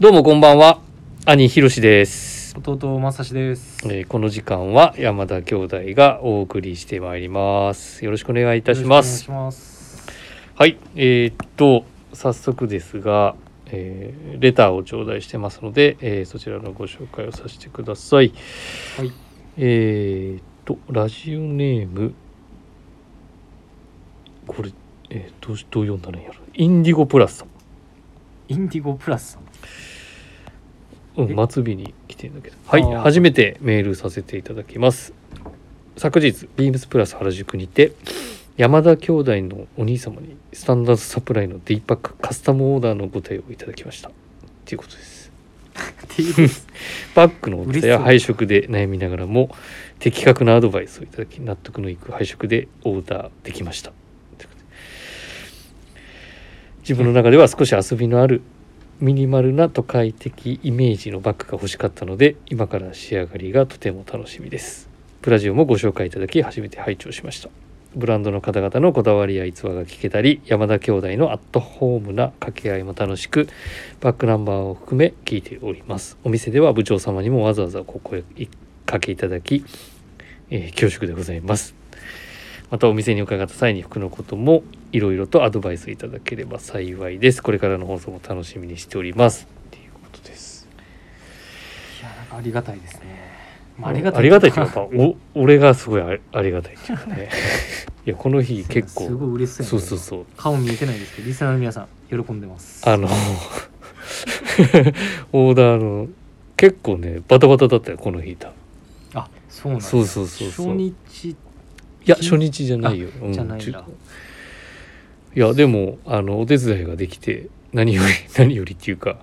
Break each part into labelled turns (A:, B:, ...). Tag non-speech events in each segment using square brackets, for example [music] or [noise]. A: どうもこんばんは兄ひろしです、
B: 弟まさしです。
A: えーこの時間は山田兄弟がお送りしてまいりますよろしくお願いいたします
B: よろしくお願いします。
A: はいえーっと早速ですが、えーレターを頂戴してますので、えーそちらのご紹介をさせてください
B: はい。
A: えーっとラジオネームこれ、えーどうしどう読んだらいいんやろインディゴプラスさん
B: インディゴプラスさん。
A: うん、
B: え
A: 末尾に来てるんだけど。はい
B: あ、ー
A: 初めてメールさせていただきます。昨日、ビームスプラス原宿にて、山田兄弟のお兄様にスタンダードサプライのデイパックカスタムオーダーのご提供いただきました。っていうことです。
B: って
A: [laughs]
B: いうです。
A: バッグの大きさや
B: 嬉しそう
A: 配色で悩みながらも的確なアドバイスをいただき納得のいく配色でオーダーできましたということで自分の中では少し遊びのあるミニマルな都会的イメージのバッグが欲しかったので今から仕上がりがとても楽しみですプラジオもご紹介いただき初めて拝聴しましたブランドの方々のこだわりや逸話が聞けたり山田兄弟のアットホームな掛け合いも楽しくバックナンバーを含め聞いておりますお店では部長様にもわざわざお声かけいただき、えー恐縮でございますまたお店に伺った際に服のこともいろいろとアドバイスいただければ幸いですこれからの放送も楽しみにしておりますっていうことです
B: いや、なんかありがたいですね。ま
A: ありがたいって
B: と
A: いう
B: [laughs]
A: かやっぱお俺がすごいありありがたいっていうかねいやこの日結
B: すご
A: 構
B: い嬉しそうや
A: そうそ
B: な
A: うそう
B: 顔見えてないですけど、リスナーの皆さん、喜んでます。
A: あの [laughs] オーダーの結構ねバタバタだったよこの日た
B: あ、そうなんだ
A: そうそうそうそう
B: 初日、
A: いや初日じゃないよ、うん
B: じゃないんだ
A: ち。いやでもあのお手伝いができて何より [laughs] 何よりっていうか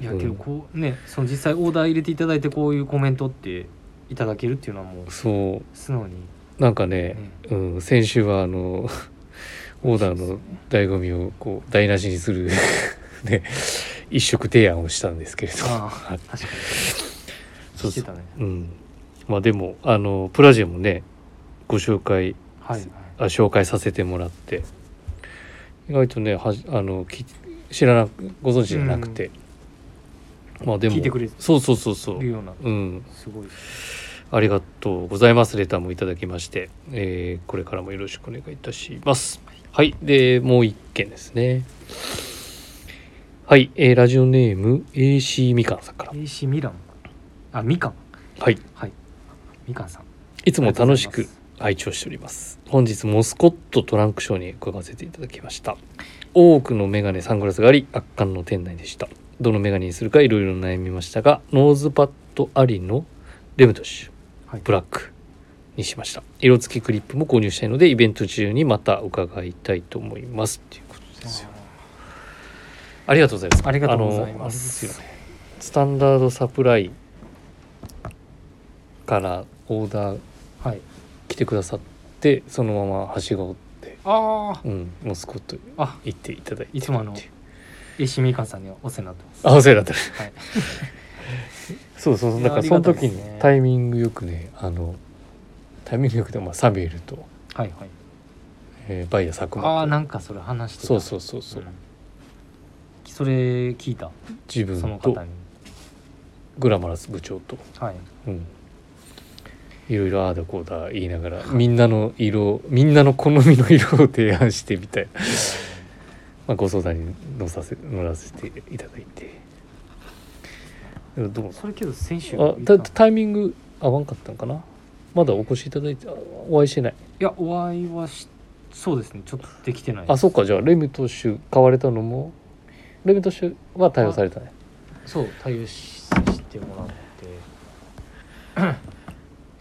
B: いや、
A: うん
B: けど、こう、ね、その実際オーダー入れていただいて、こういうコメントって。いただけるっていうのはもう
A: そ
B: 素直に、
A: うなんかね
B: ね、
A: うん、先週はあ
B: [laughs]
A: のオーダーの醍醐味をこう台無しにする [laughs] ね一色提案をしたんですけれど
B: あ
A: は
B: あ
A: い
B: 確か
A: そ
B: に
A: う
B: し
A: そ
B: て
A: う
B: たね
A: うんまあでもあのプラジオもねご紹介
B: はいはい
A: あ紹介させてもらって意外とねはじあのき知らなくご存知じゃなくて、まあでも
B: 聞いてくれて
A: そうそうそうそ
B: いう
A: う
B: ような
A: うん
B: すごい
A: ありがとうございますレターもいただきまして、えーこれからもよろしくお願いいたしますはいでもう一件ですねはい、えーラジオネーム AC みかんさんから
B: AC ミランあみかん
A: はい
B: はいみかんさん
A: いつも楽しく
B: ありがとうございます
A: 拝聴しております本日モスコットトランクショーに伺わせていただきました多くのメガネサングラスがあり圧巻の店内でしたどのメガネにするかいろいろ悩みましたがノーズパッドありのレムトッシュ
B: はい
A: ブラックにしました色付きクリップも購入したいのでイベント中にまた伺いたいと思いますっていうことですよありがとうございます
B: ありがとうございます
A: あのあれでよねスタンダードサプライからオーダー
B: はい
A: 来てくださってそのままはしごって、
B: あ
A: うん、モスコット
B: ああ
A: 行っていただいて
B: いつもあの AC みかんさんにはお世話になってます
A: あお世話になってる
B: はい
A: そうそうそうだか
B: あ
A: ら
B: り
A: その
B: がたいです
A: 時
B: ね
A: にタイミングよくねあのタイミングよくでもまあサビエルと、
B: はいはい
A: えーバイヤー佐久
B: ああ
A: 間
B: なんかそれ話してた
A: そうそうそうそう、
B: んそれ聞いた
A: 自
B: その
A: 分と
B: 方に
A: グラマラス部長と、
B: はい
A: うん、いろいろああだこうだ言いながらみんなの色みんなの好みの色を提案してみたいな、まあ、ご相談に乗させ乗らせていただいてでもどう
B: それけど先週
A: あ
B: いた
A: た
B: い
A: タイミング合わんかったんかなまだお越しいただいてあお会いしてない
B: やお会いはしそうですねちょっとできてない
A: あそっかじゃあレミ投手買われたのもレミ投手は対応されたね
B: そう対応しさせてもらって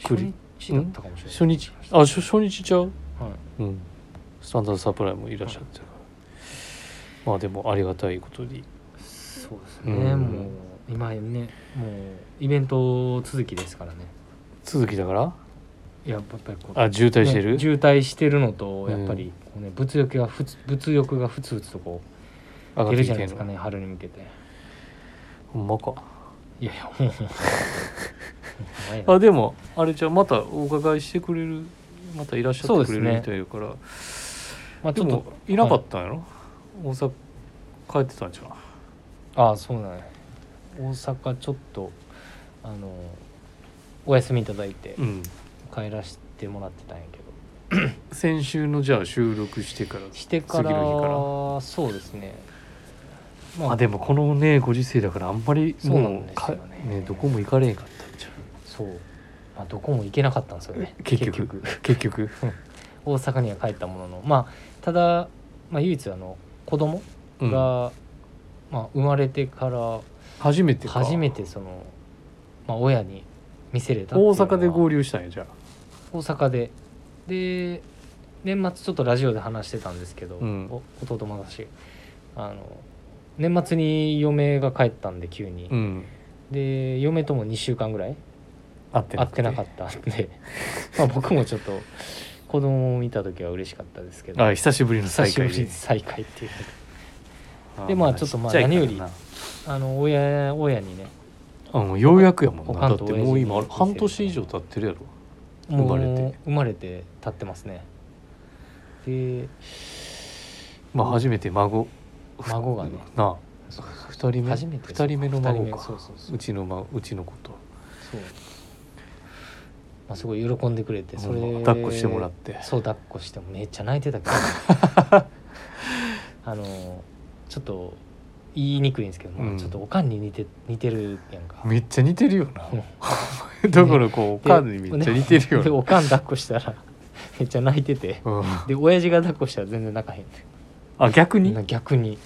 A: ク [coughs]
B: 初
A: リ
B: 日だったかもしれない
A: 初日あ初初日ちゃう
B: はい
A: うんスタンダードサプライもいらっしゃってるから、まあでもありがたいことに
B: そうですね、
A: うん
B: もう今ねもうイベント続きですからね
A: 続きだから
B: やっぱやっぱりこう
A: あ渋滞してる、
B: ね渋滞してるのと
A: うん
B: やっぱりこう、ね、物欲がふつ物欲がふつふつとこ
A: 上
B: う
A: がって
B: 出る
A: き
B: じゃ
A: て
B: ない
A: ん
B: ですか
A: の
B: ね春に向けて
A: ほんまか
B: いやいや
A: [laughs]
B: もう前だ
A: あでもあれじゃあまたお伺いしてくれるまたいらっしゃ
B: そ
A: っ
B: う
A: てく
B: です
A: れ
B: ね
A: るみたいだから、
B: まあ
A: で
B: ちょっと
A: もいなかったんやろ、大阪帰ってたんちゃう
B: ああそうなんや大阪ちょっとあのお休みいただいて
A: うん
B: 帰らせてもらってたんやけど
A: 先週のじゃあ収録してから
B: してから
A: 次の日から
B: そうですねま
A: あでもこのねご時世だからあんまり
B: そうな
A: もう
B: んです
A: か
B: よ
A: ね
B: ね
A: どこも行かれへんかったんじ
B: そう、まあ、どこも行けなかったんですよね
A: [laughs] 結局ゃん結局
B: 大阪には帰ったもののまあただ、まあ、唯一あの子供
A: うん
B: が、まあ、生まれてから
A: 初めてか
B: 初めてその、まあ、親に見せれたっていう
A: 大
B: のは
A: 阪で合流したんやじゃあ
B: 大阪でで年末ちょっとラジオで話してたんですけど、
A: うん
B: お弟もだしあの年末に嫁が帰ったんで急に、
A: うん
B: で嫁とも2週間ぐらい
A: 会って
B: 会ってなかったん
A: [laughs]
B: でまあ僕もちょっと子供を見た時は嬉しかったですけど
A: あ久しぶりの
B: 久
A: 再
B: しぶ
A: 会
B: り
A: で
B: に再会っていうでまあちょっとまあ
A: ちちゃいから
B: 何よあの親親にね
A: なうんようやくやもんな
B: 他
A: だっ
B: の
A: てもう今
B: 親父に
A: 半年以上経ってるやろ
B: もう
A: 生まれて
B: 生まれて経ってますねで
A: まあ初めて孫
B: 孫がね
A: なあ
B: そうそう
A: 二人目
B: 初めて
A: 二人目の孫
B: 二人目
A: か
B: そうそうそう
A: うちの孫うちのこと
B: そう、まあ、すごい喜んでくれてそれ、
A: うん抱っこしてもらって
B: そう抱っこしてもめっちゃ泣いてたけど
A: [laughs]
B: あのちょっと言いにくいんですけど、ま
A: う
B: あ
A: ん
B: ちょっとおかんに似て似てるやんか
A: めっちゃ似てるよな
B: うん
A: だからこうおかんにめっちゃ似てるよ
B: で
A: な
B: おかん抱っこしたらめっちゃ泣いてて
A: うん
B: で親父が抱っこしたら全然泣かへん
A: あ逆に
B: 逆に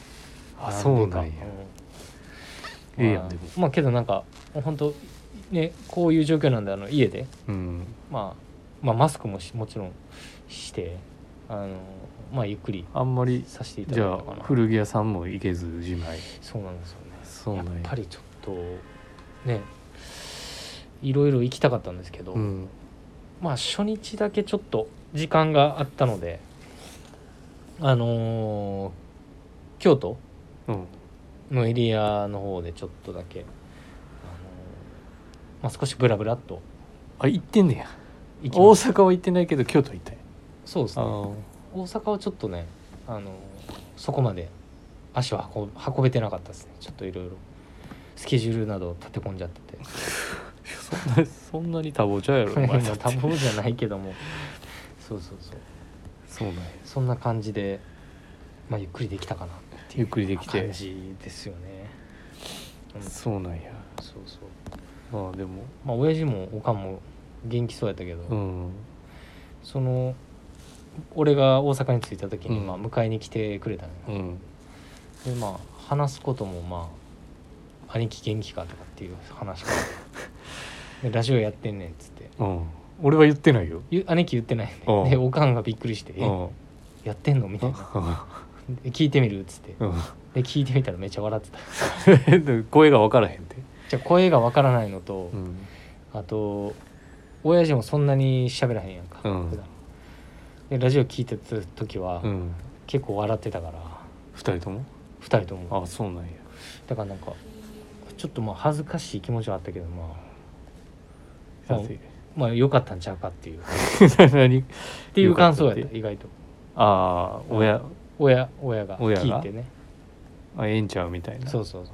A: あそうなんや
B: でかう
A: ええやんでも
B: まあけどなんか本当ねこういう状況なんであの家で
A: うん
B: まあ、まあマスクもしもちろんしてあのまあゆっくり
A: あんまり
B: させていた
A: じゃ
B: だいたか
A: あ
B: な
A: 古着屋さんも行けずじまい
B: そうなんですよね
A: そうなんや
B: やっぱりちょっとねいろいろ行きたかったんですけど、
A: うん
B: まあ初日だけちょっと時間があったのであのー京都
A: うん
B: のエリアの方でちょっとだけ、あのーまあ、少しブラブラっと
A: あ行ってんねや
B: 行き
A: 大
B: ました
A: 阪は行ってないけど京都行ったんや
B: そうです
A: あ
B: ね
A: ー [laughs]
B: 大阪はちょっとねあのそこまで足を運ぶ運べてなかったですねちょっといろいろスケジュールなど立て込んじゃってて
A: そんなそんなに多忙ちゃうやろお前
B: まあ
A: だって
B: 多忙じゃないけども [laughs] そうそうそう
A: そうなんや
B: そんな感じで、まあ、ゆっくりできたかな
A: ゆっくりできて
B: 感じですよね、うん、そう
A: そうなんや
B: そう
A: まあでも
B: まあ親父もおかんも元気そうやったけど、
A: うん
B: その俺が大阪に着いた時に、
A: うん
B: まあ、迎えに来てくれたのよ、
A: うん
B: でまあ話すこともまあ「兄貴元気か?」とかっていう話から [laughs] で「ラジオやってんねん」っつって
A: うん俺は言ってないよ
B: ゆ兄貴言ってないんで
A: うん
B: でおかんがびっくりして「
A: う
B: え
A: ん
B: やってんの?」みたいな「で聞いてみる」っつって
A: う
B: で聞いてみたらめっちゃ笑ってた [laughs]
A: ん [laughs] 声が分からへんて
B: じゃあ声がわからないのと、
A: うん
B: あと親父もそんなに喋らへんやんか、
A: うん
B: 普段でラジオ聞いてた時は、
A: うん
B: 結構笑ってたから
A: 2人とも
B: 2人とも
A: あそうなんや
B: だからなんかちょっとまあ恥ずかしい気持ちはあったけどまあ
A: だ
B: まあ
A: って
B: まあ良かったんちゃうかっていう
A: [laughs] 何
B: っていう感想やっ
A: よかった
B: た意外と
A: ああ親
B: 親親が
A: 親が
B: 聞いてね
A: あええんちゃうみたいな
B: そうそうそう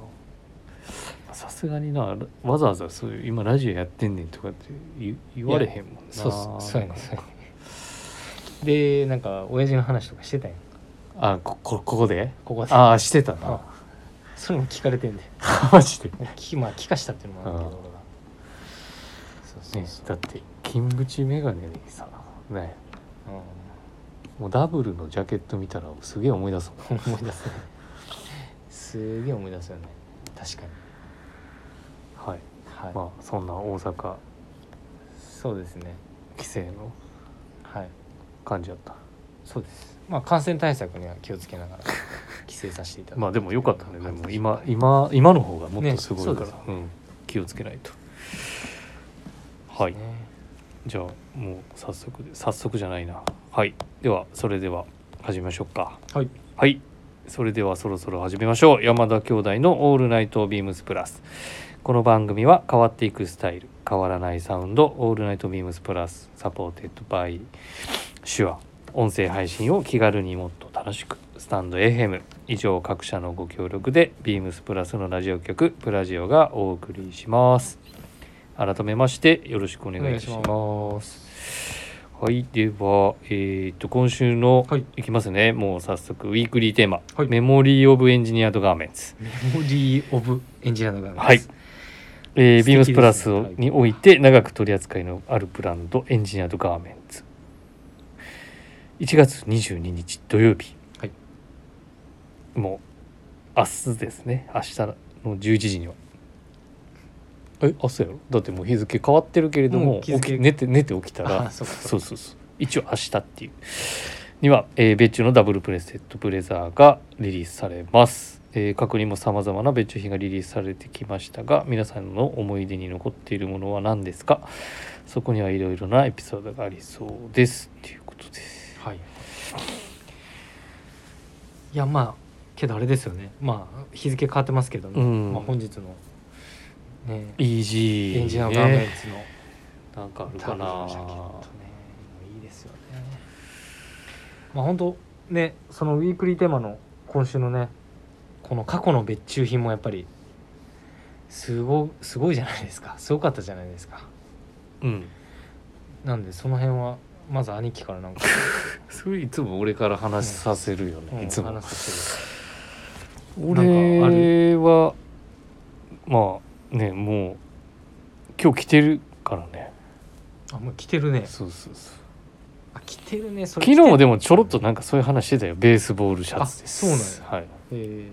A: さすがになわざわざそういう今ラジオやってんねんとかって言言われへんもんな
B: そうっすそうやねんそうやねんでなんか親父の話とかしてたんやん
A: あここここで
B: ここで
A: ああしてたな
B: あそれも聞かれてんで
A: [laughs] マジで、ね、
B: 聞きまあ聞かしたっていうのもあるけ
A: あ
B: ど俺がそうそうそう、
A: だって金縁眼鏡にさねもうダブルのジャケット見たらすげえ思い出す
B: うん、思い出すねすげえ思い出すよね確かに
A: もんはい、
B: はい、
A: まあそんな大阪
B: そうですね
A: 帰省の
B: はい
A: 感じやった
B: そうですまあ感染対策には気をつけながら帰省させていただ
A: まあでもよかったねでも今
B: はい
A: 今今の方がもっと
B: ね
A: すごい
B: そう
A: から、
B: ですよ
A: うん、気をつけないとはい
B: ね
A: じゃあもう早速で早速じゃないなはいではそれでは始めましょうか
B: はい
A: はいそれではそろそろ始めましょう山田兄弟の「オールナイトビームスプラス」この番組は変わっていくスタイル変わらないサウンド「オールナイトビームスプラス」サポーテッドバイ手話音声配信を気軽にもっと楽しくスタンド FM 以上各社のご協力でビームスプラスのラジオ局プラジオがお送りします改めましてよろしくお願いいたし
B: お願
A: ま
B: い
A: す
B: し
A: はいではえー、と今週の、
C: はい
A: い、きますねもう早速ウィークリーテーマ、
C: はい
A: メモリー・オブ・エンジニアード・ガーメンツ
B: メモリー・オブ・エンジニアのガーメンツ
A: はいえー
B: 素敵ですね
A: ビームスプラス
B: はい
A: において長く取り扱いのあるブランドエンジニアードガーメンツ1月22日土曜日、
B: はい
A: もう明日ですね明日の11時にはえ明日やろだってもう日付変わってるけれども
B: もう日付
A: 起き寝て寝て起きたら
B: あそうかそ
A: そううそうそう一応明日っていうには、えー別注のダブルプレステッドブレザーがリリースされます、えー過去にもさまざまな別注品がリリースされてきましたが皆さんの思い出に残っているものは何ですかそこにはいろいろなエピソードがありそうですっていうことです
B: はいいやまあけどあれですよねまあ日付変わってますけどね、
A: うん
B: まあ、本日のね
A: イージー
B: エンジニアのガーメンツの
A: なんかある
B: タ
A: か
B: オルのジャケット
A: な
B: ねもういいですよねまあ本当ねそのウィークリーテーマの今週のねこの過去の別注品もやっぱりすごすごいじゃないですか [laughs] すごかったじゃないですか
A: うん
B: なんでその辺はまず兄貴からなんか、
A: それいつも俺から話させるよね、
B: うん
A: [laughs] いつも
B: 話してなんかあ
A: 俺はまあねもう今日着てるからね
B: るあもう来てるね
A: そうそうそう
B: あ来てるねそれ
A: 昨日もで
B: も、
A: もちょろっとなんかそういう話してたよベースボールシャツです
B: あそう
A: なんや、
B: え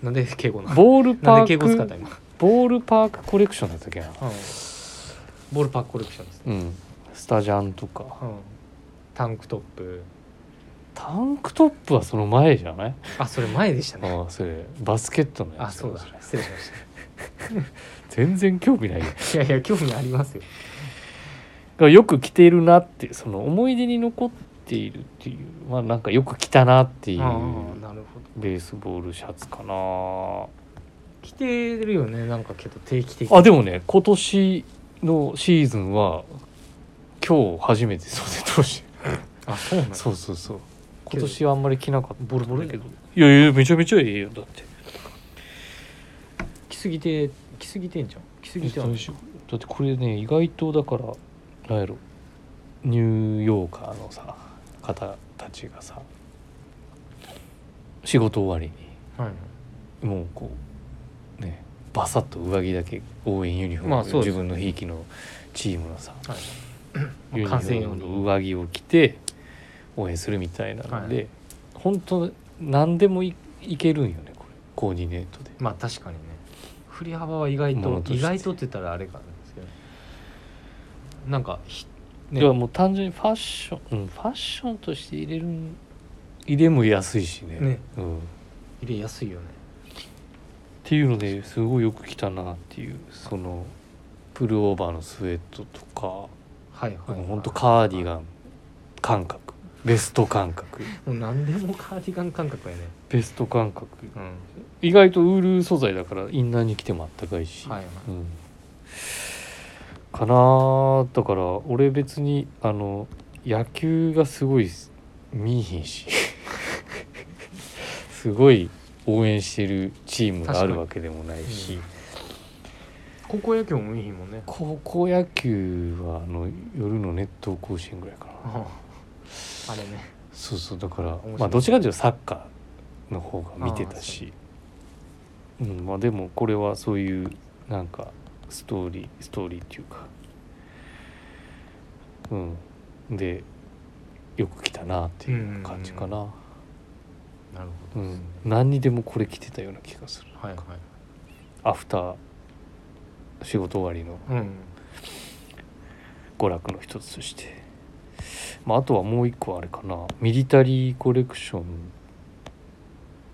B: ーなんで敬語な
A: はい、
B: の
A: ボールパ
B: なんで敬語使
A: ー
B: った
A: ク
B: 今、
A: ボールパークコレクションだったっけな
B: ボールパークコレクションです
A: う
B: ね、
A: んスタジャンとか
B: うんタンクトップ
A: タンクトップはその前じゃない
B: あそれ前でしたね
A: ああそれバスケットのやつ
B: あそうだ失礼しまし
A: 全然興味ないよ
B: たいやいや興味ありますよ
A: がよく着ているなってその思い出に残っているっていうまあなんかよく着たなっていう
B: ああなるほど
A: ベースボールシャツかな
B: 着てるよねなんかけど定期的に
A: あでもね今年のシーズンは今日初めて袖通して
B: あそうなの
A: そうそうそう今年はあんまり着なかった
B: ボロボロやけど
A: いやいやめちゃめちゃいいよだって
B: 着すぎて着すぎてんじゃん着すぎてはない
A: だってこれね意外とだからなんやろニューヨーカーのさ方たちがさ仕事終わり
B: はいはい
A: にもうこうねバサッと上着だけ応援ユニフォーム、
B: まあそうです
A: 自分のひいきのチームのさ
B: はい
A: ユニフォ
B: 完成
A: ー
B: 用
A: ムの
B: に
A: 上着を着て応援するみたいなので、
B: は
A: 本当何でもいいけるんよねこれコーディネートで
B: まあ確かにね振り幅は意外
A: ものと
B: と
A: して
B: 意外とって言ったらあれかなんですけどなんかひね
A: ではもう単純にファッション、うん、ファッションとして入れるん入れも安いしね
B: ね
A: うん、っ
B: 入れやすいよね
A: ていうのですごいよく着たなっていうそのプルオーバーのスウェットとか、
B: はいはい
A: もうほんとカーディガン感覚ベスト感覚
B: もう何でもカーディガン感覚やね
A: ベスト感覚
B: うんは
A: 意外とウール素材だからインナーに着てもあったかいし、
B: いはい
A: うん、かなーだから俺別にあの野球がすごい見いひんし [laughs] すごい応援してるチームがあるわけでもないし、
B: 高校野球もいい日もんね
A: 高校野球はあの夜の熱湯甲子園ぐらいかな
B: ああれね
A: そうそうだから
B: 白い
A: まあどっちかというとサッカーの方が見てたしうんまあでもこれはそういうなんかストーリーストーリーっていうかうんでよく来たなっていう感じかな
B: なる
A: う
B: ほどです
A: ん
B: ね
A: 何にでもこれ着てたような気がする
B: はいはい
A: アフター仕事終わりの
B: うん
A: 娯楽の一つとして、まあ、あとはもう一個あれかなミリタリーコレクション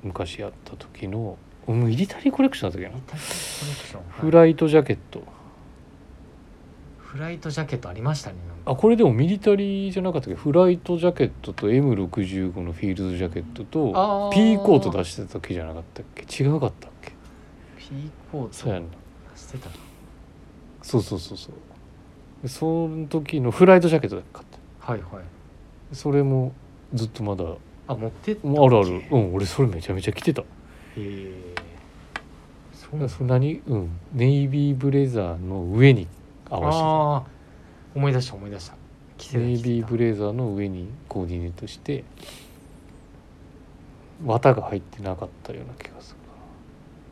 A: 昔やった時のうんミリタリーコレクションだったっけな、
B: タリーコレクション
A: フライトジャケット
B: フライトジャケットありましたねなんか
A: あこれでもミリタリーじゃなかったっけフライトジャケットと M65 のフィールドジャケットと
B: あー
A: P コート出してた時じゃなかったっけ違うかったっけ
B: P コー
A: そうやんな
B: トしてた
A: そうそうそうそうでその時のフライトジャケットだっけ買った
B: はいはい
A: それもずっとまだ
B: あ持ってったっけ
A: あるあるうん俺それめちゃめちゃ着てた
B: えそ
A: だから
B: うなんだ
A: そんなにうんネイビーブレザーの上に合わ
B: あー思い出した思い出した着
A: せてた
B: てた
A: ネイビーブ
B: レ
A: レザーの上にコーディネートして綿が入ってなかったような気がする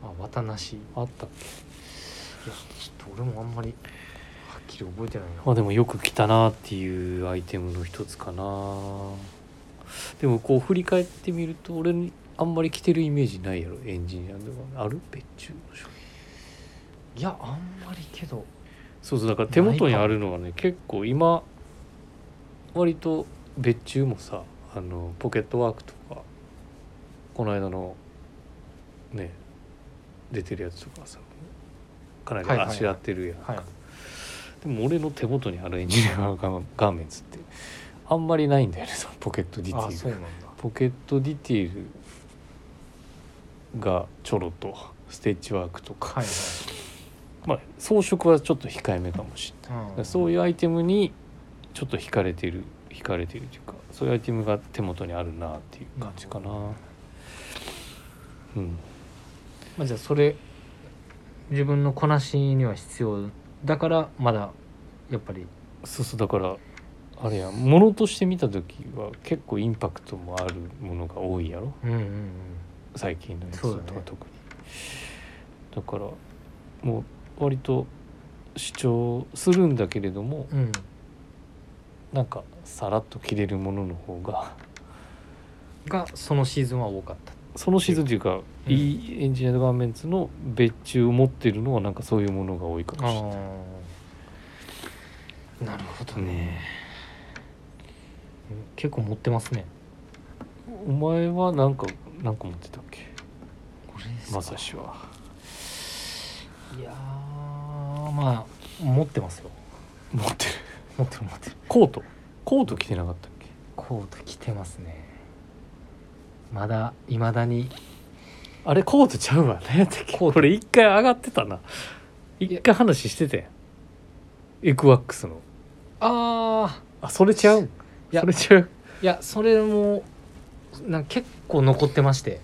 B: あ綿なしい
A: なあったっけ
B: やちょっと俺もあんまりはっきり覚えてないな
A: まあでもよく着たなっていうアイテムの一つかなでもこう振り返ってみると俺にあんまり着てるイメージないやろエンジニアではある別注の商品
B: いやあんまりけど
A: そうそうだから手元にあるのはね結構今割と別注もさあのポケットワークとかこの間のね出てるやつとかさかなり
B: はいはい
A: あ
B: はい
A: しらってるやんか、
B: はい
A: でも俺の手元にあるエンジニアのガーガーメンツってあんまりないんだよねそのポケットディテ
B: あ
A: ィー
B: そう
A: ル
B: なんだ
A: ポケットディティールがちょろっとステッチワークとか、
B: はい
A: まあ装飾はちょっと控えめかもしれないだか
B: [laughs] はい、う
A: ら
B: ん、
A: そういうアイテムにちょっと惹かれてる惹かれてるというかそういうアイテムが手元にあるなっていう感じかなうん
B: まあ、じゃあそれ自分のこなしには必要だからまだやっぱり
A: そうそうだからあれや物として見た時は結構インパクトもあるものが多いやろ
B: うんうんうん
A: 最近のやつ
B: そう
A: と
B: だ
A: か
B: ね
A: 特にだ,、からもう割と主張するんだけれども
B: うん
A: なんかさらっと着れるものの方が
B: がそのシーズンは多かった
A: そのシーズンというか、
B: うん
A: いいエンジニアドガーメンツの別注を持ってるのはなんかそういうものが多いかもしれない
B: あーなるほどね、結構持ってますね
A: お前はなんか何か持ってたっけ
B: これですか
A: まさしはい
B: やーまあ持ってますよ
A: 持ってる
B: 持ってる持ってる
A: コートコート着てなかったっけ
B: コート着てますねまだいまだに
A: あれコートちゃうわ何やったっけこれ一回上がってたな一回話してたやんエクワックスの
B: ああ
A: あそれちゃうん
B: いや
A: それちゃう
B: いやそれもなんか結構残ってまして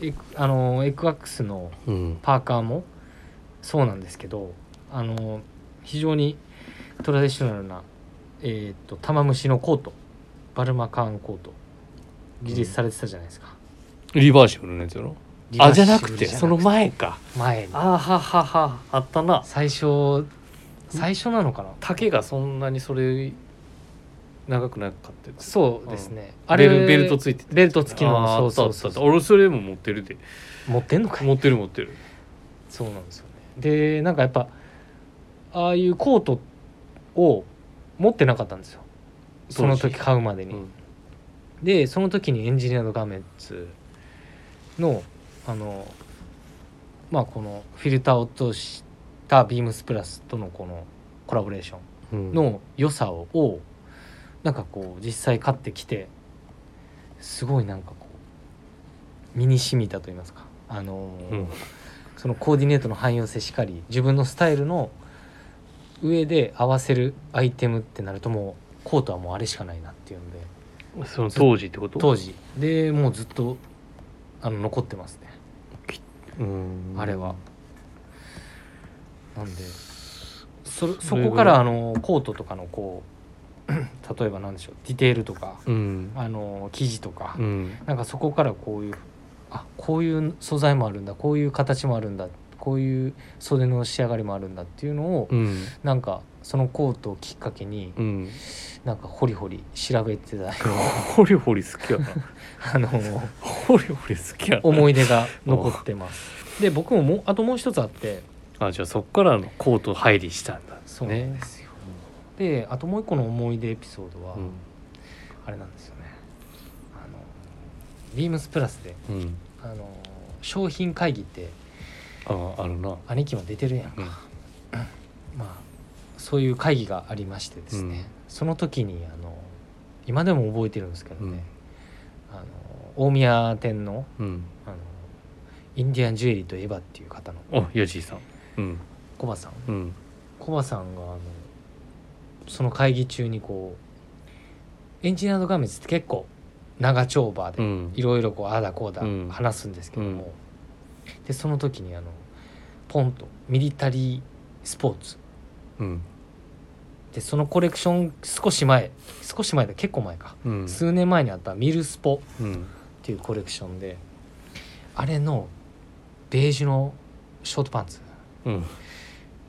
B: エクあのエクワックスの
A: うん
B: パーカーもそうなんですけどあの非常にトラディショナルな、えー、と玉虫のコートバルマカーンコートリリースされてたじゃないですか、
A: リバーシブルのやつやろ
B: リバ
A: あ
B: ーシ
A: じ
B: ブ
A: ゃ
B: ル
A: なくてその前か
B: 前に
A: あはははあったな
B: 最初最初なのかな
A: 丈がそんなにそれ長くなかったやつ
B: そうですね、
A: あれベルベルトついてて
B: ベルト付きの
A: あー
B: そ
A: あ
B: う
A: った
B: そ
A: あ
B: う
A: った
B: そ
A: あ
B: う
A: った俺それも持ってるで
B: 持ってんのかい
A: 持ってる持ってる
B: そうなんですよねでなんかやっぱああいうコートを持ってなかったんですよその時買うまでに、
A: うん
B: でその時にエンジニアードガーメンツのあのまあこのフィルターを落としたビームスプラスとのこのコラボレーションの良さを,、なんかこう実際買ってきてすごいなんかこう身に染みたと言いますかあの、
A: うん
B: そのコーディネートの汎用性しかり自分のスタイルの上で合わせるアイテムってなるともうコートはもうあれしかないなっていうので。
A: その当時ってこと
B: 当時でもうずっとあの残ってますね
A: うん
B: あれはなんでそ
A: そ
B: そ
A: れぐらい
B: こからあのコートとかのこう [clears throat] 例えばなんでしょうディテールとか
A: うん
B: あの生地とか、
A: うん
B: なんかそこからこういうあこういう素材もあるんだこういう形もあるんだこういう袖の仕上がりもあるんだっていうのを、
A: うん
B: なんかそのコートをきっかけに、
A: [laughs] うん
B: なんかホリホリ調べてた [laughs]
A: ホリホリ好き [laughs] やな
B: あの
A: ホリホリ好きやな
B: 思い出が残ってます [laughs] で僕ももうあともう一つあって
A: あじゃあそっからのコート入りしたんだ
B: そうなん
A: ね
B: ですよ、であともう一個の思い出エピソードは、
A: うん
B: あれなんですよねあのビームスプラスで
A: うん
B: あの商品会議って
A: ああるな
B: 兄貴も出てるやんか、
A: うん
B: [clears throat] まあそういう会議がありましてですね、
A: うん
B: その時にあの今でも覚えてるんですけど
A: う
B: ね
A: ん、
B: あの大宮店の
A: うん
B: あのインディアンジュエリーといえばっていう方の
A: あヤジーさんうん
B: コバさん
A: うん
B: コバさんがあのその会議中にこうエンジニアードガーメンツって結構長丁場
A: う
B: で
A: ん
B: いろいろこうああだこうだ
A: うん
B: 話すんですけども、でその時にあのポンとミリタリースポーツ
A: うん
B: でそのコレクション少し前少し前だ結構前か、
A: うん
B: 数年前にあったミルスポ
A: うん
B: っていうコレクションであれのベージュのショートパンツ
A: うん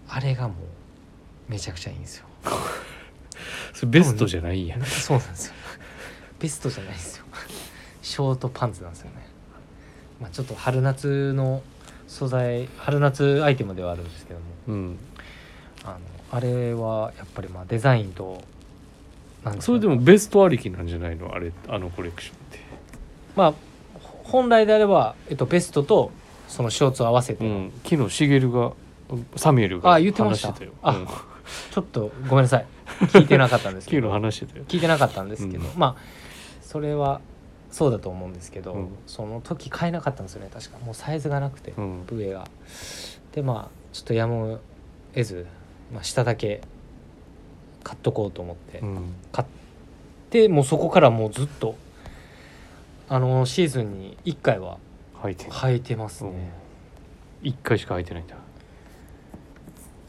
B: あれがもうめちゃくちゃいいんですよ
A: それベストじゃないんや
B: なんかそうなんですよベストじゃないですよショートパンツなんですよねまあちょっと春夏の素材春夏アイテムではあるんですけども
A: うん
B: あのあれはやっぱりまあデザインとなん
A: それでもベストありきなんじゃないのあれあのコレクションって
B: まあほ本来であれば、えっと、ベストとそのショーツを合わせて、
A: うん、昨日シゲルがサミュエルが
B: あ言ってま
A: 話
B: した
A: してたよ
B: あ
A: うん
B: ちょっとごめんなさい聞いてなかったんです
A: 昨
B: け
A: [laughs] 日
B: ど
A: 話してたよ
B: 聞いてなかったんですけど、
A: う
B: まあそれはそうだと思うんですけど、
A: うん
B: その時買えなかったんですよね確かもうサイズがなくて、
A: うん
B: 上がでまあちょっとやむを得ず、まあ、下だけ買っとこうと思って、
A: うん
B: 買ってもうそこからもうずっとあのシーズンに1回は
A: 履いて
B: 履いてますね、
A: うん一回しか履いてないんだ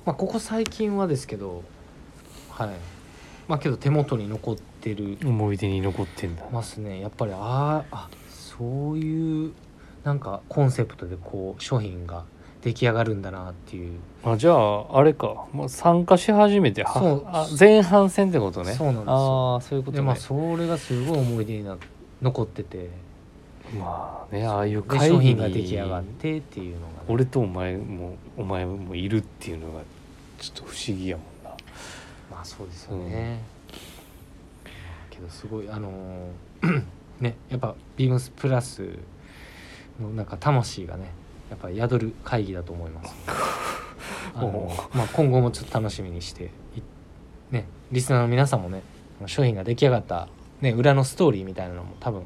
B: まあここ最近はですけどはいまあけど手元に残ってる
A: 思い出に残ってんだ
B: ますねやっぱりあーあそういうなんかコンセプトでこう商品が出来上がるんだなっていう
A: あじゃああれか、まあ、参加し始めては
B: そう
A: あ前半戦ってことね
B: そうなんですよ
A: ああそういうこと
B: で
A: ね
B: まあそれがすごい思い出にな残ってて
A: まあねああいう
B: で
A: 会
B: 商
A: 議
B: 品
A: に
B: が出来上がってっていうのがね、
A: 俺とお前もお前もいるっていうのがちょっと不思議やもんな
B: まあそうですよね、けどすごいあのー [clears throat] ねやっぱビームスプラスのなんか魂がねやっぱ宿る会議だと思いますあのまあ、今後もちょっと楽しみにしていねリスナーの皆さんもね商品が出来上がった、ね、裏のストーリーみたいなのも多分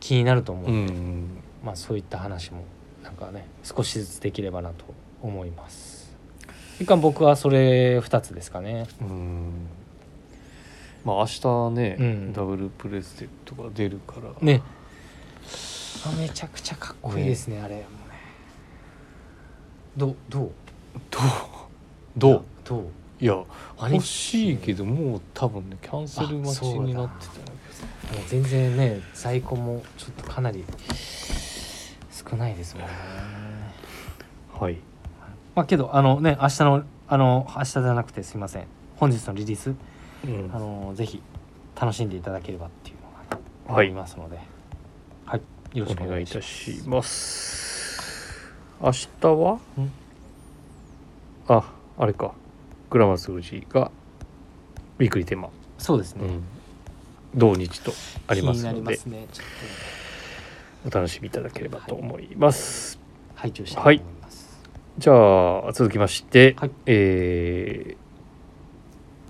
B: 気になると思う、
A: うん
B: まあそういった話もなんかね少しずつできればなと思います一貫僕はそれ2つですかね
A: うんまあ明日ね、
B: うん
A: ダブルプレステとか出るから
B: ねあめちゃくちゃかっこいいですねあれもねどうどう
A: どうどう
B: どう
A: いや
B: あれ
A: 欲しいけどもう多分ねキャンセル待ちになってたんだ
B: もう全然ね在庫もちょっとかなり少ないですもんね
A: けどはい
B: まあけどあのね明日のあの明日じゃなくてすいません本日のリリース
A: うん
B: あのぜひ楽しんでいただければっていうのが、
A: はい
B: ありますので、はい、よろしく
A: お
B: お
A: 願
B: 願
A: い
B: い
A: い
B: い
A: た
B: た
A: し
B: し
A: ます明日はああれかグラマス氏がウィークリーテーマ、
B: ます。そうです
A: う
B: ね。
A: ん、同日とあります
B: 気
A: の
B: になり
A: で
B: ますね。ちょっ
A: お楽しみいただければと思います、
B: と拝聴したいと思います。
A: じゃあ続きまして、
B: はい
A: えー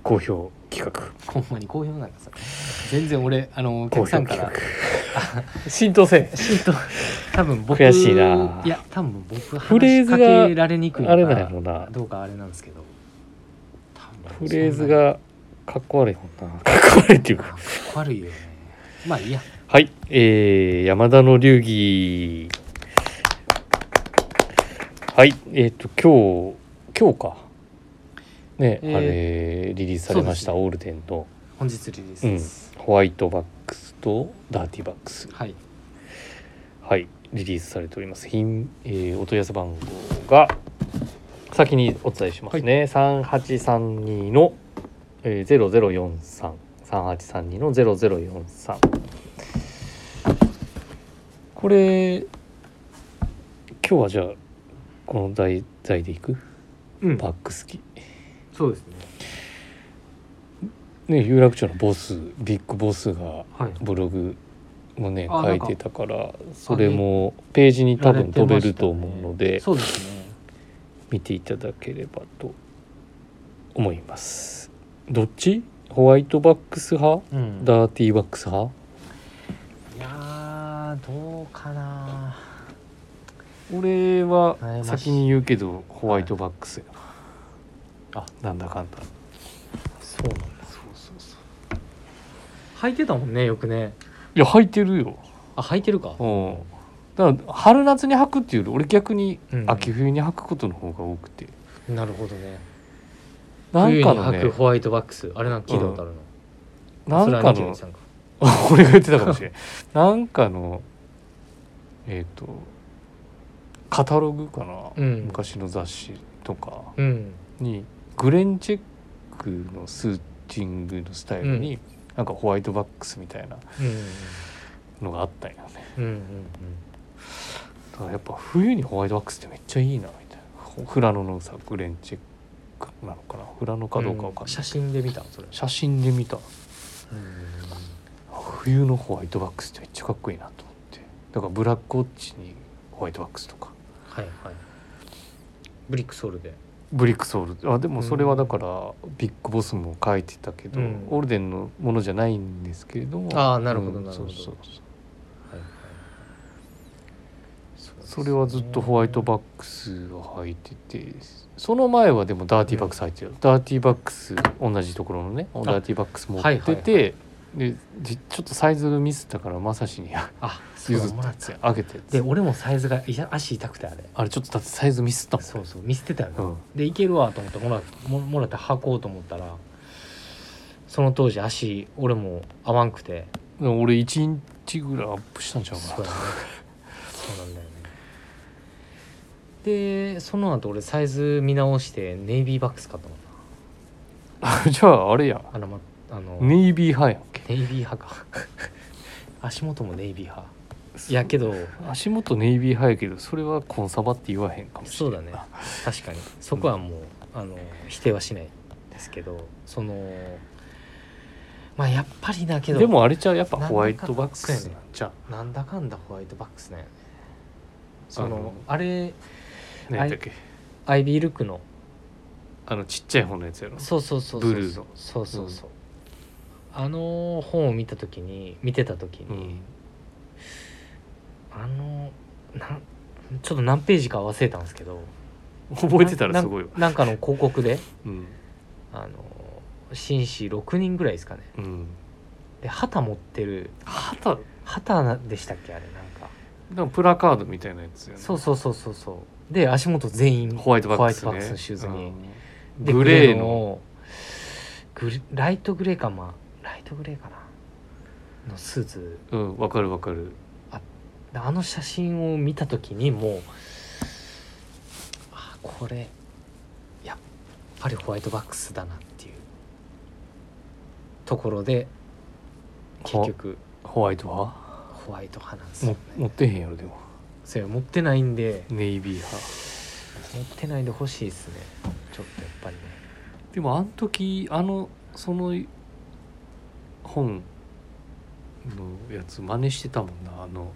A: 好評企画
B: ほんまに好評なんですよ。全然俺あのお
A: 好
B: 客さ
A: 評
B: んか
A: 企
B: ら
A: 画浸透せん
B: 浸透多分僕
A: 悔しいない
B: や多分僕
A: フレーズが
B: 話しかけられにくいのか
A: あれなんやろうな
B: どうかあれなんですけど。多分
A: フレーズがかっこ悪いもんなかっこ悪いっていう
B: そんな
A: か
B: かっこ悪いよね。まあいいや。
A: はい、えー、山田の流儀はいえっ、と今日今日かね、
B: えー
A: あれリリースされました、
B: そ
A: オールデンと、
B: 本日リリース
A: う
B: で
A: ん
B: す。、
A: ホワイトバックスとダーティバックス
B: はい。
A: はいリリースされております品、えー、お問い合わせ番号が先にお伝えしますね、3832の、えー、00433832の0043これ今日はじゃあこの題材でいく
B: うん
A: バックスキ
B: そうですね。
A: ね有楽町のボスビッグボスが
B: はい。
A: ブログもね
B: あ
A: 書いてたからそれもページに多分飛べると思うので、
B: そうですね。
A: 見ていただければと思いますどっちホワイトバックス派
B: うん
A: ダーティーバックス派
B: いやーどうかな
A: 俺は
B: 悩ましい
A: 先に言うけどホワイトバックスやな、
B: あ
A: なんだかんだ
B: そうなんだ
A: そうそうそう
B: 履いてたもんねよくね
A: いや履いてるよ
B: あ履いてるか
A: うんだから春夏に履くっていうより俺逆に
B: うん
A: 秋冬に履くことの方が多くて、
B: なるほどね
A: なんかの
B: 冬に
A: ね
B: 履くホワイトバックスあれなんか聞いたことあるの、
A: なんか
B: それは
A: の
B: 兄貴が言ってたんか
A: 俺が言ってたかもしれないなんかのえっ、とカタログかな、
B: うん
A: 昔の雑誌とか
B: うん
A: にグレンチェックのスーチングのスタイルに、なんかホワイトバックスみたいなのがあったんよね
B: うんうんうん
A: だからやっぱ冬にホワイトバックスってめっちゃいいなみたいな富良野のさグレンチェックなのかな富良野かどうかわかんない、
B: 写真で見たそれ、
A: 写真で見た冬のホワイトバックスってめっちゃかっこいいなと思ってだからブラックウォッチにホワイトバックスとか
B: はいはいブリックソールで
A: ブリックソールあでもそれはだからビッグボスも書いてたけど、
B: うん
A: オルデンのものじゃないんですけれども
B: あーなるほど
A: うん
B: なるほど
A: そうそうそう
B: はいはい
A: それはずっとホワイトバックスを履いててその前はでもダーティーバックス履いてる、ダーティーバックス同じところのねダーティーバックス持ってて、
B: は
A: でじちょっとサイズがミスったからまさしにあ
B: あそう
A: 譲
B: だ
A: っ
B: も
A: た
B: ら
A: や
B: っ
A: つ
B: た
A: やあげたやつ
B: で俺もサイズがいや足痛くてあれ
A: あれちょっとだってサイズミスったもんね
B: そうそう見捨てたよね、
A: うん
B: でいけるわと思ってもらももらって履こうと思ったらその当時足俺も合わんくて
A: でも俺1日ぐらいアップしたんちゃうかな
B: そうだねそうなんだよねでその後俺サイズ見直してネイビーバックス買ったもんな
A: [laughs] じゃああれや
B: あの,、ま、あのネイ
A: ネイビー派やんけ
B: ビー派 [laughs] か足元もネイビー派いやけど
A: 足元ネイビー派やけどそれはコンサバって言わへんかもしれ
B: そ
A: な
B: う
A: い
B: だね確かにそこはもう、あの否定はしないですけどそのまあやっぱりだけど
A: でもあれちゃうやっぱホワイトバックスなんじゃ
B: なんだかんだホワイトバックスねあ
A: あ
B: の
A: の
B: あれ
A: 何やったっけ
B: アイビールックの
A: あのちっちゃい方のやつやろ
B: そうそうそうそう
A: ブルーの
B: そうそうそう、あの本を見た時に見てた時
A: う
B: に
A: ん、
B: あのなんちょっと何ページか忘れたんですけど
A: 覚えてたらすごいわ
B: ななんかの広告で
A: うん
B: あの紳士6人ぐらいですかね
A: うん
B: で旗持ってる
A: 旗
B: 旗でしたっけあれなんか
A: なんかプラカードみたいなやつやね
B: そうそうそうそうそうで足元全員
A: ホワイトバックス、ね、
B: ホワイトバックスのシューズに、
A: うん
B: で
A: グレーの
B: グレーのグレライトグレーかまあライトグレーかなのスーツ
A: うんわかるわかる
B: であの写真を見た時にもうあこれやっぱりホワイトバックスだなっていうところで結局
A: ホワイト派
B: ホワイト派なんですよ
A: も
B: ね
A: 持ってへんやろでも
B: それ持ってないんで
A: ネイビー派
B: 持ってないで欲しいですねちょっとやっぱりね
A: でもあの時あのその本のやつ真似してたもんなあの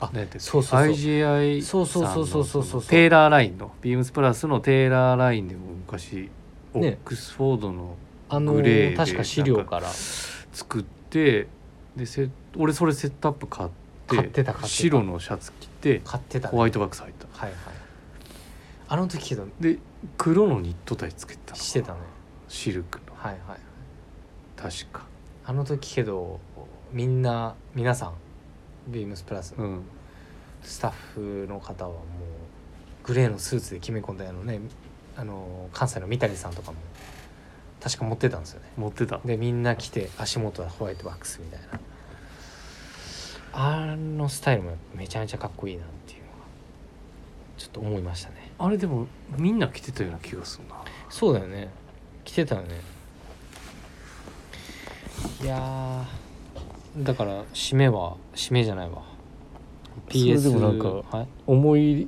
B: あ
A: 何やったっけ
B: そうそうそう
A: IGI
B: そうそうそうそうそう
A: さんの
B: そうそう
A: テーラーラインのビームスプラスのテーラーラインでも昔オッ
B: ね
A: クスフォードの
B: あの
A: グレーで
B: 確か資料から
A: 作って、でセ俺それセットアップ買って
B: 買ってた買ってた
A: 白のシャツ着て
B: 買ってたね、
A: ホワイトバックス入った
B: はいはいあの時けど
A: で黒のニットタイつけてたの
B: してたね
A: シルクの
B: はいはい
A: 確か
B: あの時けどみんな皆さんビームスプラス
A: う
B: の
A: ん
B: スタッフの方はもうグレーのスーツで決め込んだあのねあの関西の三谷さんとかも確か持ってたんですよね
A: 持ってた
B: でみんな来て足元はホワイトバックスみたいなあのスタイルもめちゃめちゃかっこいいなっていうのがちょっと思いましたね
A: あれでもみんな着てたような気がするな
B: そうだよね着てたよねいやーだから締めは締めじゃないわ PS
A: それでもなんか
B: はい
A: 思い入れ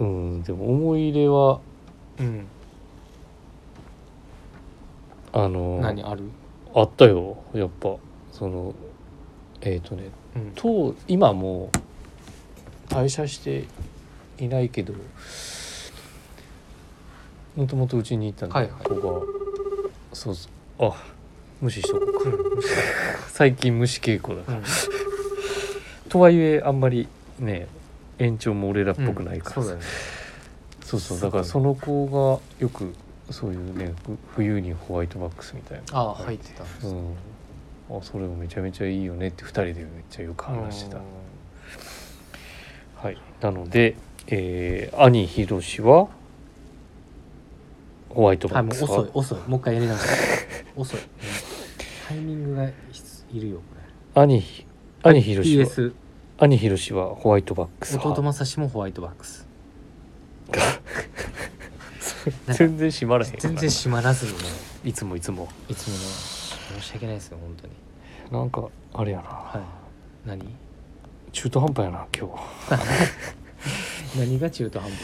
A: うんでも思い入れは
B: うん、
A: あの
B: 何ある、
A: あったよやっぱそのえっ、とね
B: うん、
A: 当今もう退社していないけどもともとうちにいた
B: はいはい
A: 子がそうそうあ無視しとこうか最近無視傾向だから、とはいえあんまりね延長も俺らっぽくないからさ、
B: うんそうだよね
A: そうそうだからその子がよくそういうねふ冬にホワイトバックスみたいな
B: ああ入ってたんです
A: うんあそれもめちゃめちゃいいよねって2人でめっちゃよく話してた
D: うん
A: はい、なので、えー、兄ひろしはホワイト
B: は
A: バ
B: い
A: ッ
B: も
A: ク
B: う
A: スか、
B: 遅い遅いもう一回やり直す [laughs] 遅いうんタイミングが必いるよこ
A: 兄ひ兄ひ
B: れ
A: ろしは、
B: PS
A: 兄ひろしはホワイトバックス
B: 弟
A: 派
B: 正志もホワイトバックスなんか
A: 全然閉まらへんよな
B: 全然閉まらずにね
A: いつもいつも
B: いつもね申し訳ないですよ本当に
A: なんかあれやな、
B: はい何
A: 中途半端やな今日
B: 何が中途半端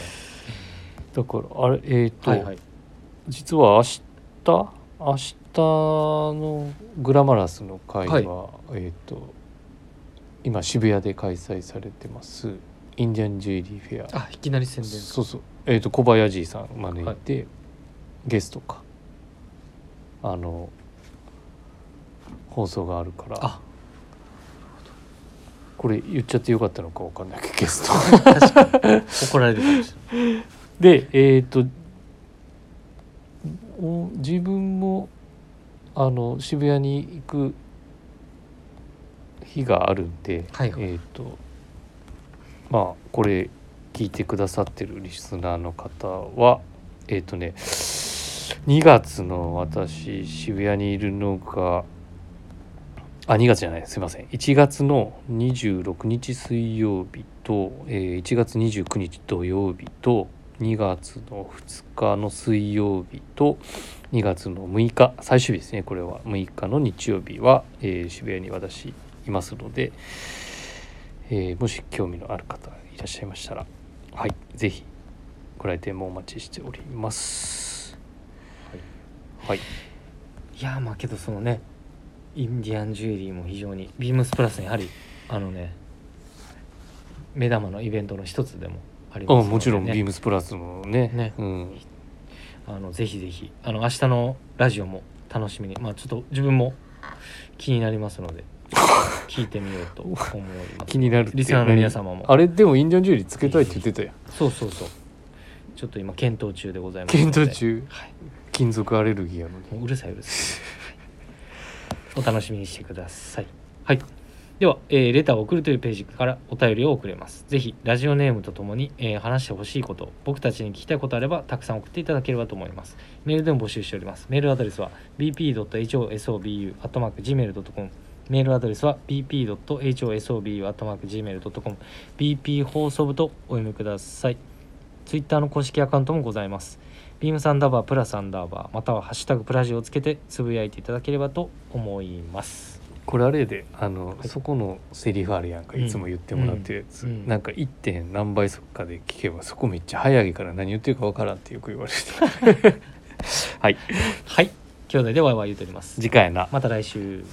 A: だからあれえっ、と、
B: はいはい
A: 実は明日明日のグラマラスの会は、えっ、と今渋谷で開催されてますインディアンジュエリーフェア
B: あいきなり宣伝です
A: そうそう、えー、と小林さん招いて、ゲストかあの放送があるから
B: あ
A: これ言っちゃってよかったのかわかんないけどゲスト
B: 怒られるかもしれ
A: でえっ、とお自分もあの渋谷に行く日があるんで、
B: はいはい
A: えっ、とまあこれ聞いてくださってるリスナーの方はえっ、とね2月の私渋谷にいるのがあ2月じゃないすいません1月の26日水曜日と、えー1月29日土曜日と2月の2日の水曜日と2月の6日最終日ですねこれは6日の日曜日は、えー渋谷に私いますので、えーもし興味のある方いらっしゃいましたらはいぜひご来店もお待ちしておりますはい、
B: ないいやまあけどそのねインディアンジュエリーも非常にビームスプラスにやはりあのね目玉のイベントの一つでもありますの
A: あ
B: で、ね、
A: もちろんビームスプラスのね
B: ね
A: うん、
B: あのぜひぜひあの明日のラジオも楽しみにまあちょっと自分も気になりますの
A: [laughs]
B: で聞いてみようと思います
A: 気になるって
B: リスナーの皆様も
A: あれでもインディアンジュエリーつけたいって言ってたよ
B: そうそうそうちょっと今検討中でございますので
A: 検討中
B: はい
A: 金属アレルギーやの
B: もう
A: に
B: うるさいうるさいはいお楽しみにしてくださいはいでは、えーレターを送るというページからお便りを送れますぜひラジオネームとともに、えー話してほしいこと僕たちに聞きたいことあればたくさん送っていただければと思いますメールでも募集しておりますメールアドレスは bp.hosobu.gmail.com メールアドレスは bp.hosobu.gmail.com bp 放送部とお読みくださいツイッターの公式アカウントもございますビームサンダーバープラスアンダーバーまたはハッシュタグプラジをつけてつぶやいていただければと思います
A: これあれであの、
B: はい
A: そこのセリフあるやんか
B: うん
A: いつも言ってもらってるやつ、
B: うん
A: なんか 1. 点何倍速かで聞けばそこめっちゃ早いから何言ってるかわからんってよく言われてはい
B: [laughs] はい兄弟でワイワイ言うております
A: 次回な
B: また来週